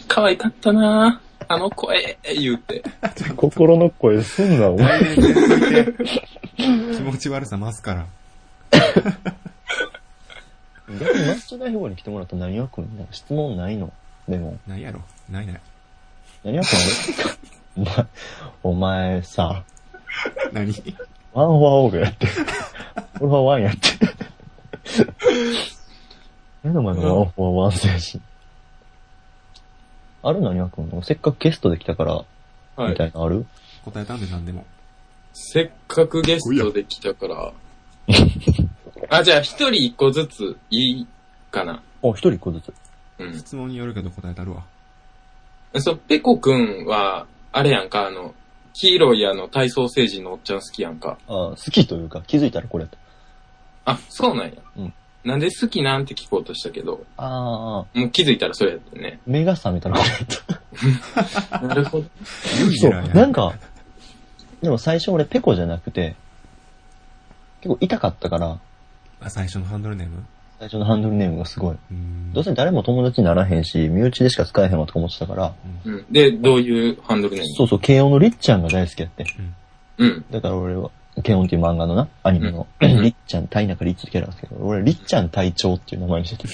S3: 可愛かったな。あの声、言うて。
S1: ー、心の声すんな、お前。
S2: 来年続いて、気持ち悪さ増すから。
S1: 逆にマッチョ大富豪に来てもらった何役くん、なんか質問ないのでも、
S2: ないやろ。ないない。
S1: 何役くんあれお前、お前さ、
S2: 何
S1: ワンフォアオーガやって。俺はワンやって。何の前のワンフォアワン精神。ある何役くんせっかくゲストできたから、
S3: は
S1: みた
S3: い。
S1: いなのある
S2: 答えたんで何でも。
S3: せっかくゲストできた
S2: <laughs>
S3: から。あ、じゃあ一人一個ずついいかな。
S1: お、一人一個ずつ。
S3: うん。
S2: 質問によるけど答えたるわ。
S3: そう、ペコくんは、あれやんか、あの、黄色いあの、体操成人のおっちゃん好きやんか。
S1: あー好きというか、気づいたらこれやった。
S3: あ、そうなんや。
S1: うん
S3: なんで好きなんて聞こうとしたけど、
S1: あ
S3: もう気づいたらそれやったよね。
S1: ー、目が覚めたらこれやった。
S3: なるほど。
S2: ユージ
S1: そう、
S2: なん
S1: <laughs>
S2: や。
S1: なんか、でも最初俺ペコじゃなくて、結構痛かったから、
S2: あ、最初のハンドルネーム
S1: 最初のハンドルネームがすごい。
S2: うーん
S1: どうせ誰も友達にならへんし、身内でしか使えへんわとか思ってたから、
S3: うん。で、どういうハンドルネーム
S1: そうそう、慶応のりっちゃんが大好きやって。
S3: うん。
S1: だから俺は、慶応っていう漫画のな、アニメの、
S3: うんうん
S1: りっちゃん、タイナカりっちってキャラなんですけど、俺、りっちゃん隊長っていう名前にしてて、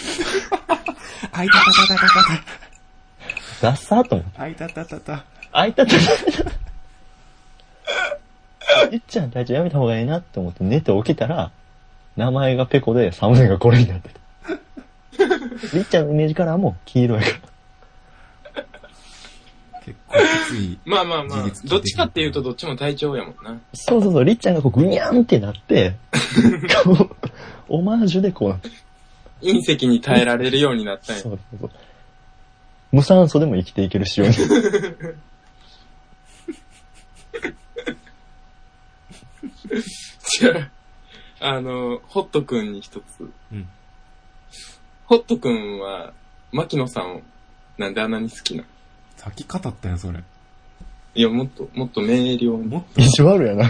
S2: あいたたたたた
S1: ダッサーと思って。
S2: た。あいたたたた。
S1: あいたって。りっちゃん隊長やめた方がいいなって思って寝て起きたら、名前がペコで、サムネがこれになってた。りっちゃんのイメージカラーも黄色いから。
S2: 結構きつい。
S3: まあまあま
S2: 事実
S3: あ
S2: 聞いて、る
S3: どっちかっていうとどっちも体調やもんな。
S1: そうそうそう、りっちゃんがこう、ぐにゃんってなって、こう、オマージュでこうなって
S3: 隕石に耐えられるようになったんや。
S1: そうそうそう。無酸素でも生きていける仕様に。
S3: じゃあ、あの、ホット君に一つ。
S2: うん。
S3: ホット君は、牧野さんを、なんであんなに好きなの
S2: さっき語ったやん、それ。
S3: いや、もっと、もっと明瞭に。
S2: もっと、
S1: 意地悪やな。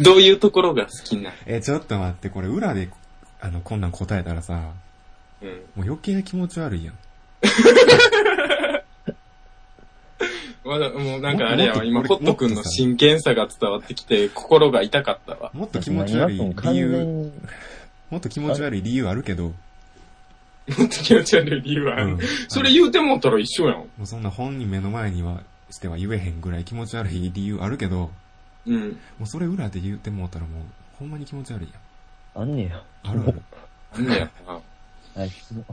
S3: どういうところが好きなの
S2: え、ちょっと待って、これ裏で、あの、こんなん答えたらさ、
S3: うん。
S2: もう余計気持ち悪いやん。
S3: まだ、もうなんかあれやわ、今、
S2: もっ
S3: ホ
S2: と
S3: ット君の真剣さが伝わってきて、心が痛かったわ。
S2: もっと気持ち悪い
S1: もう完
S2: 理
S1: 全
S2: 由、
S1: に
S2: もっと気持ち悪い理由あるけど、
S3: もっと気持ち悪い理由は、
S2: うん
S3: それ言うてもうたら一緒やん。
S2: もうそんな本人目の前には、しては言えへんぐらい気持ち悪い理由あるけど、
S3: うん。
S2: もうそれ裏で言うてもうたらもう、ほんまに気持ち悪い
S1: あんねや。
S2: やん。あるある。
S3: なんだよな。
S1: あいつの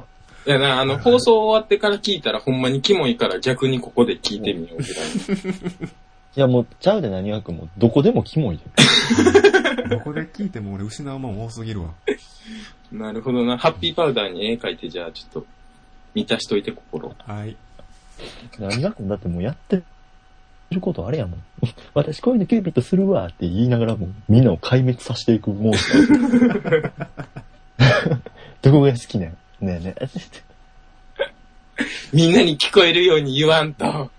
S3: いやな、あの、放送終わってから聞いたらほんまにキモいから逆にここで聞いてみようぐらい。
S1: いやもう、ちゃうで何わくんも、どこでもキモいで。 <laughs>
S2: どこで聞いても俺失うもん多すぎるわ。
S3: なるほどな。ハッピーパウダーに絵描いて、じゃあちょっと、満たしといて心。
S2: はい。
S1: 何わくんだってもうやってることあれやもん。 <laughs> 私こういうのキューピットするわって言いながらもう、みんなを壊滅させていくモンスター。 <laughs> どこが好きなんねえねえ。
S3: みんなに聞こえるように言わん
S2: <laughs>
S3: と。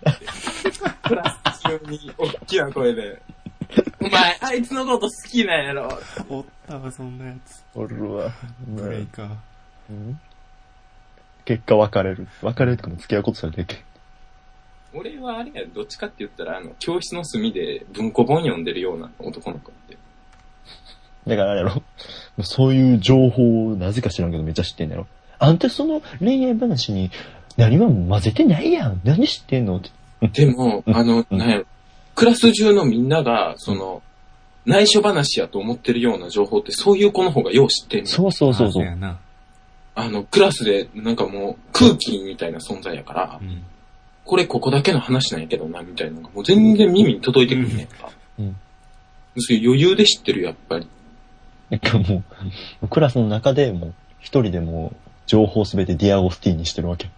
S3: プラス中に大きな声で。お前、あいつのこと好きなんやろ。
S2: おったわ、そんなやつ。
S1: おるわ。
S2: ブレイか。
S1: うん結果別れる。別れるとかも付き合うことされていけん。
S3: 俺はあれや、どっちかって言ったら、あの、教室の隅で文庫本読んでるような男の子って。
S1: だからあれやろそういう情報をなぜか知らんけどめっちゃ知ってんだやろあんたその恋愛話に何も混ぜてないやん何知ってんのって。
S3: でも、あの、
S1: うん
S3: なんやろ、クラス中のみんなが、その、内緒話やと思ってるような情報って、そういう子の方がよう知ってんの。
S1: そうそうそうそ
S2: あや
S1: う。
S2: な。
S3: あの、クラスで、なんかもう、空気みたいな存在やから
S2: う、ん。
S3: これここだけの話なんやけどな、みたいなのが、もう全然耳に届いてくんねんか。
S1: うん。
S3: それ余裕で知ってる、やっぱり。
S1: なんかもう、クラスの中でもう一人でもう情報すべてディアゴスティーンにしてるわけ。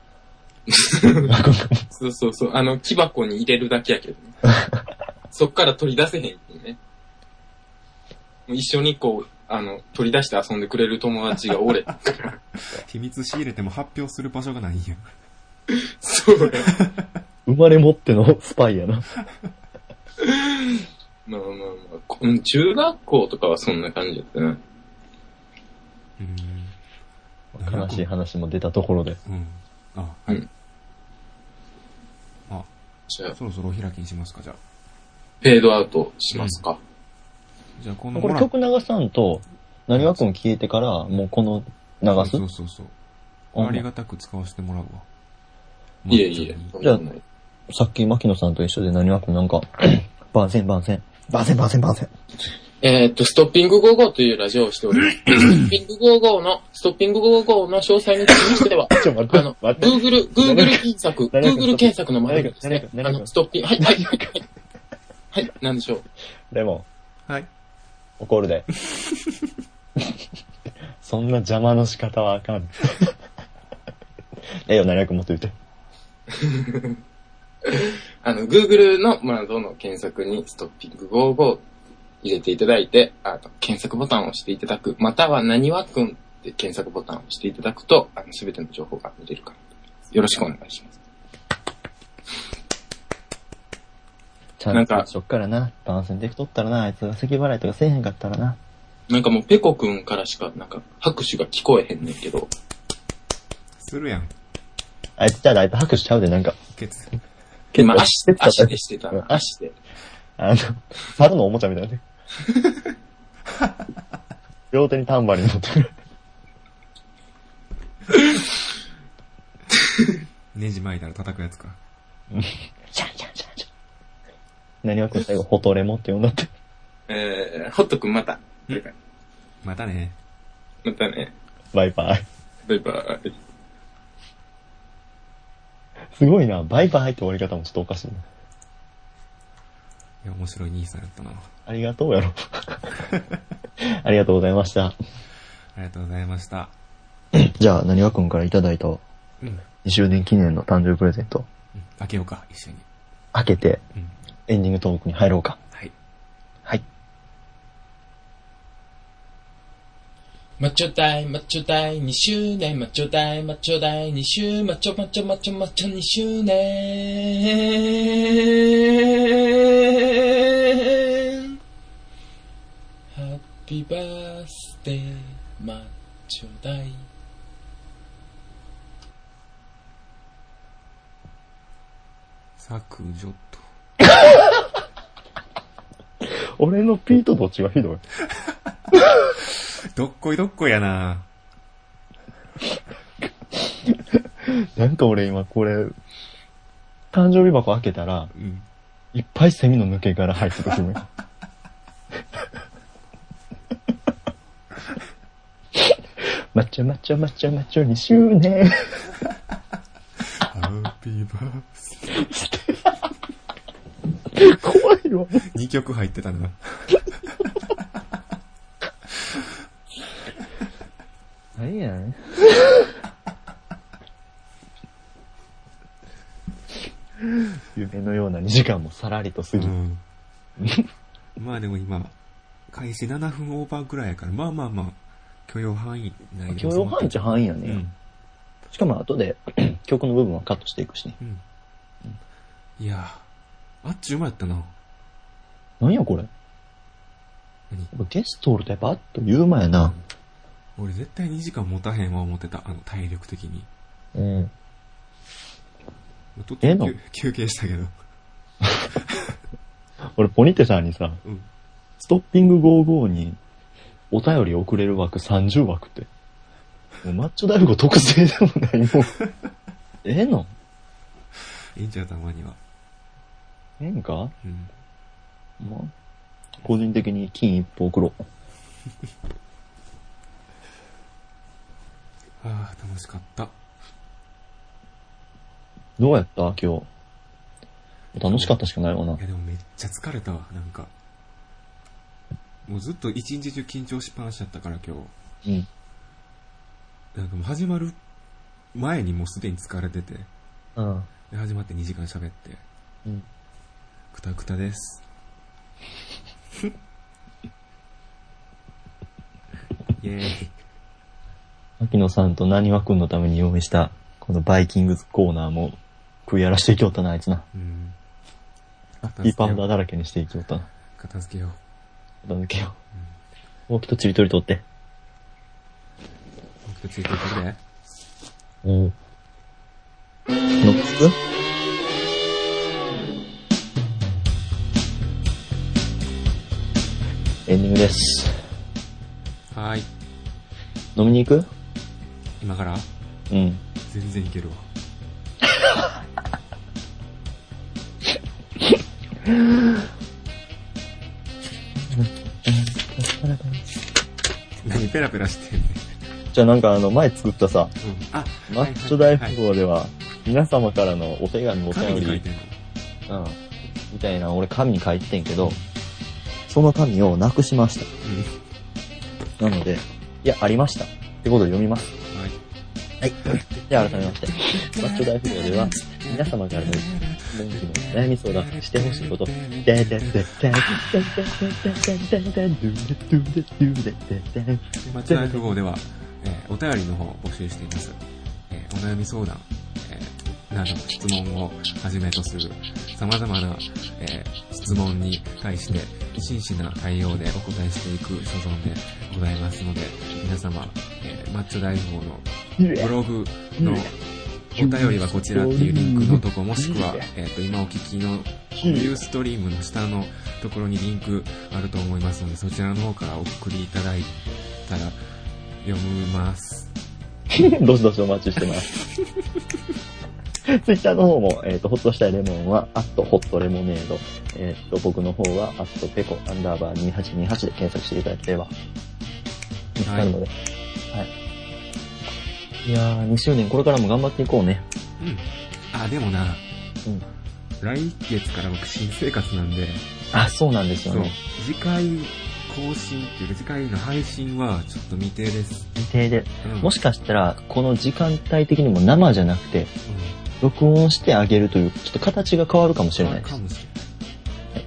S1: なんかも
S3: そうそうそう。あの、木箱に入れるだけやけどね。
S1: <laughs>
S3: そっから取り出せへんっていうね。もう一緒にこう、あの、取り出して遊んでくれる友達が
S1: <laughs>
S3: おれ。
S2: 秘密仕入れても発表する場所がないんや。
S3: そうや。
S1: う生まれ持ってのスパイやな。
S3: まあまあまあこうん、中学校とかはそんな感じだったな。
S2: うん。
S1: 悲しい話も出たところで。
S2: うん。あ、はい。
S3: うん
S2: あ、
S3: じゃあ、
S2: そろそろお開きにしますか、じゃあ。
S3: フェードアウトしますか。
S2: じゃあ、この
S1: これ
S2: ほら
S1: 曲流さんと、何わくん消えてから、もうこの流す
S2: そうそうそうそう。
S1: あ
S2: ありがたく使わせてもらうわ。
S3: いえいえ。
S1: じゃあ
S3: そんなことない
S1: さっき牧野さんと一緒で何わくんなん
S2: <laughs>
S1: か、番宣番宣。番宣番宣番宣。
S3: えーっと、ストッピング55というラジオをしております。ストッピング55の、ストッピング55の詳細につきましては、
S1: <laughs> ちょ、待
S3: あの、Google、Google 検索、
S1: 誰か
S3: Google 検索の前にですね、あ
S1: 誰か誰か
S3: の、ストッピング、はい、はい、はい。はいはい、なんでしょう。
S1: レモン、
S2: はい。
S1: 怒る
S2: <laughs>
S1: で。そんな邪魔の仕方はあか
S2: <laughs>
S1: ん。ええよ、何役持っていて。
S3: あの、Google の、まあ、どの検索にストッピング55入れていただいて、あの、検索ボタンを押していただく、または何わくんって検索ボタンを押していただくと、あの、すべての情報が見れるから。よろしくお願いします。
S1: ちゃんとしょっからな。番宣できとったらな。あいつが咳払いとかせえへんかったらな。
S3: なんかもう、ペコくんからしか、なんか、拍手が聞こえへんねんけど、
S2: するやん。
S1: あいつ、じゃああいつ拍手しちゃうで、なんか、
S2: ケツ。
S1: 結構
S3: まあ、足で、足でしてたな。足で。
S1: あの、猿のおもちゃみ <laughs> たいなね。両手にタンバリン持ってる。
S2: ネジ巻いたら叩くやつか。
S1: シャンシャンシャンシャン。何わけ最後、ホトレモって呼んだって。
S3: えー、ホットくんまた。
S2: またね。
S3: またね。
S1: バイバイ。
S3: バイバイ。
S1: すごいな。バイバイって終わり方もちょっとおかしいな。
S2: いや、面白い兄さんやったな。あ
S1: ありがとうや <laughs> ろ。ありがとうございました。
S2: りがとうございました。
S1: じゃあ、何わくんからいただいた2
S2: うん。うん
S1: 周年記念の誕生日プレゼント、
S2: 開けようか、一緒に。
S1: 開けて、
S2: うん。
S1: エンディングトークに入ろうか。
S2: はい。
S1: はい。
S4: マッチョ大、マッチョ大、2周年、マッチョ大、マッチョ大、2周、マッチョマッチョマッチョマッチョ2周年。ハッピーバースデー、マッチョ大。
S2: 削除と。
S1: 俺のピートと違うひどい。
S2: どっこいどっこいやな
S1: なんか俺今これ、誕生日箱開けたら、
S2: うん。
S1: いっぱいセミの抜け殻入ってた気分。マッチョマッチョマッチョマッチョ2周年。
S2: ハッピーバース。
S1: 怖いわ。
S2: 2曲入ってたな。
S1: 何やねん。夢のような2時間もさらりと過
S2: う
S1: ぎ、
S2: ん。まあでも今、開始7分オーバーぐらいやから、まあまあまあ、許容範囲内で
S1: 許
S2: 収まってる。
S1: 容範囲っちゃ範囲や
S2: う
S1: ね、
S2: ん。
S1: しかも後 <clears throat> で曲の部分はカットしていくしね。
S2: うん。いやー、あっちゅうまやったな。
S1: 何やこれ。や
S2: 何
S1: っぱゲストおるとやっぱあっと言うまやな。
S2: 俺絶対2時間持たへんわ思ってた、あの、体力的に。
S1: うん。
S2: 途
S1: え
S2: 中
S1: えの
S2: 休休憩したけど。
S1: 俺ポニテさんにさ、
S2: うん。
S1: ストッピング55にお便り送れる枠30枠って。もうマッチョ大富豪特製でもないもう。 <laughs> ええの
S2: いいんちゃうたまには。
S1: ええんか
S2: うん。
S1: まあ、個人的に金一歩送ろう。
S2: ああ、楽しかった。。
S1: どうやった今日。楽しかったしかないわない
S2: やでもめっちゃ疲れたわ、なんか。もうずっと一日中緊張しっぱなしだったから今
S1: うん。
S2: 日。なんかもう始まる前にもうすでに疲れてて。
S1: うん。
S2: で始まって2時間喋って。
S1: うん。
S2: くたく
S1: <laughs>
S2: たです。イェーイ。
S1: 牧野さんと何わくんのために用意した、このバイキングズコーナーも食い荒らしていきおったな、あいつな。
S2: うん。片
S1: ピ
S2: 付
S1: ーパ
S2: け
S1: ウダ
S2: よ
S1: ーだらけにしていきおったな。
S2: う。片付けよう。
S1: 片付けよう。大きとちりとりとって。
S2: 僕とついていってくれ。
S1: おう。ノックエンディングです。
S2: はーい。
S1: 飲みに行く
S2: 今から
S1: うん。
S2: 全然いけ
S1: <laughs>
S2: るわ。何ペラペラしてんねん。
S1: じゃあなんかあの前作ったさ、
S2: うん。あ、
S1: マッチョ大富
S2: はい
S1: 豪では皆様からのお手紙お
S2: はいはい
S1: 便
S2: 紙に書い
S1: り
S2: て、んの
S1: うん、みたいなの俺紙に書いてんけど、その紙をなくしました。なので、いや、ありました。ってことで読みます。
S2: うん。はい。
S1: はい。では改めまして、マッチョ大富豪では、皆様からの質問機の悩み相談してほしいこと、ででででで
S2: マッチナイフ号では、えーお便りの方を募集しています。えーお悩み相談、えーなどの質問をはじめとする様々な、えー質問に対して真摯な対応でお答えしていく所存でございますので、皆様、えーマッチョ大富豪のブログのお便りはこちらっていうリンクのとこもしくは、えっ、と、今お聞きのビューストリームの下のところにリンクあると思いますので、そちらの方からお送りいただいたら読みます。
S1: <laughs> どしどしお待ちしてます。 <laughs> ツイッターの方も、えっ、と、ホッとしたいレモンは、アットホットレモネード。えっ、と、僕の方は、アットペコアンダーバー2828で検索していただければ、見つかるので。はい。いやー、2周年、これからも頑張っていこうね。
S2: うん。あ、でもな、
S1: うん
S2: 来月から僕新生活なんで、
S1: あ、そうなんですよ
S2: そう
S1: ね。、
S2: 次回更新っていうか、次回の配信はちょっと未定です。
S1: 未定で。
S2: うん、
S1: もしかしたら、この時間帯的にも生じゃなくて、
S2: うん
S1: 録音してあげるという、ちょっと形が変わるかもしれないで
S2: か
S1: す。
S2: もしれない。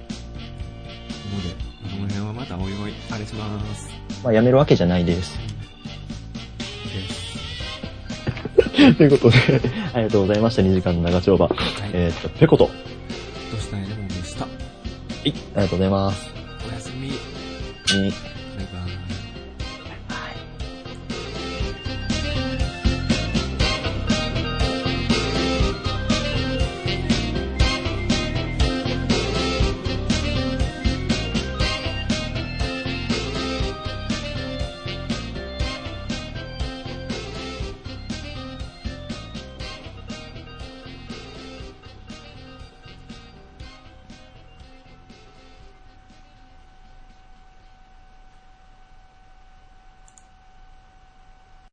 S2: ので、この辺はまたおいおい、あれします。
S1: まあ、やめるわけじゃない <laughs> です。
S2: です。
S1: ということで、ありがとうございました。2時間の長丁場。
S2: はい、
S1: えーっと、ペコと、
S2: どうしたいレモンでした。
S1: ありがとうございます。
S2: おやすみ。
S1: に